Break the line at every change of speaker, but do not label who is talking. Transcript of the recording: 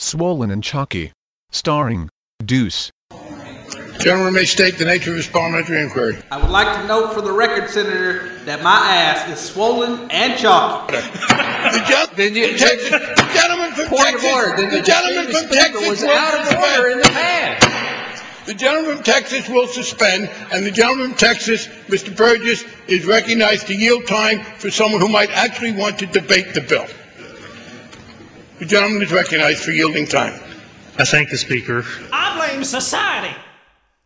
Swollen and Chalky. Starring Deuce.
Gentleman may state the nature of his parliamentary inquiry.
I would like to note for the record, Senator, that my ass is swollen and chalky.
The gen-
Then you-
the Texas- the gentleman from
Point
Texas,
of order. Then
the gentleman from
speaker
Texas
was
will
out of order in
suspend.
the past.
The gentleman from Texas will suspend, and the gentleman from Texas, Mr. Burgess, is recognized to yield time for someone who might actually want to debate the bill. The gentleman is recognized for yielding time.
I thank the Speaker.
I blame society.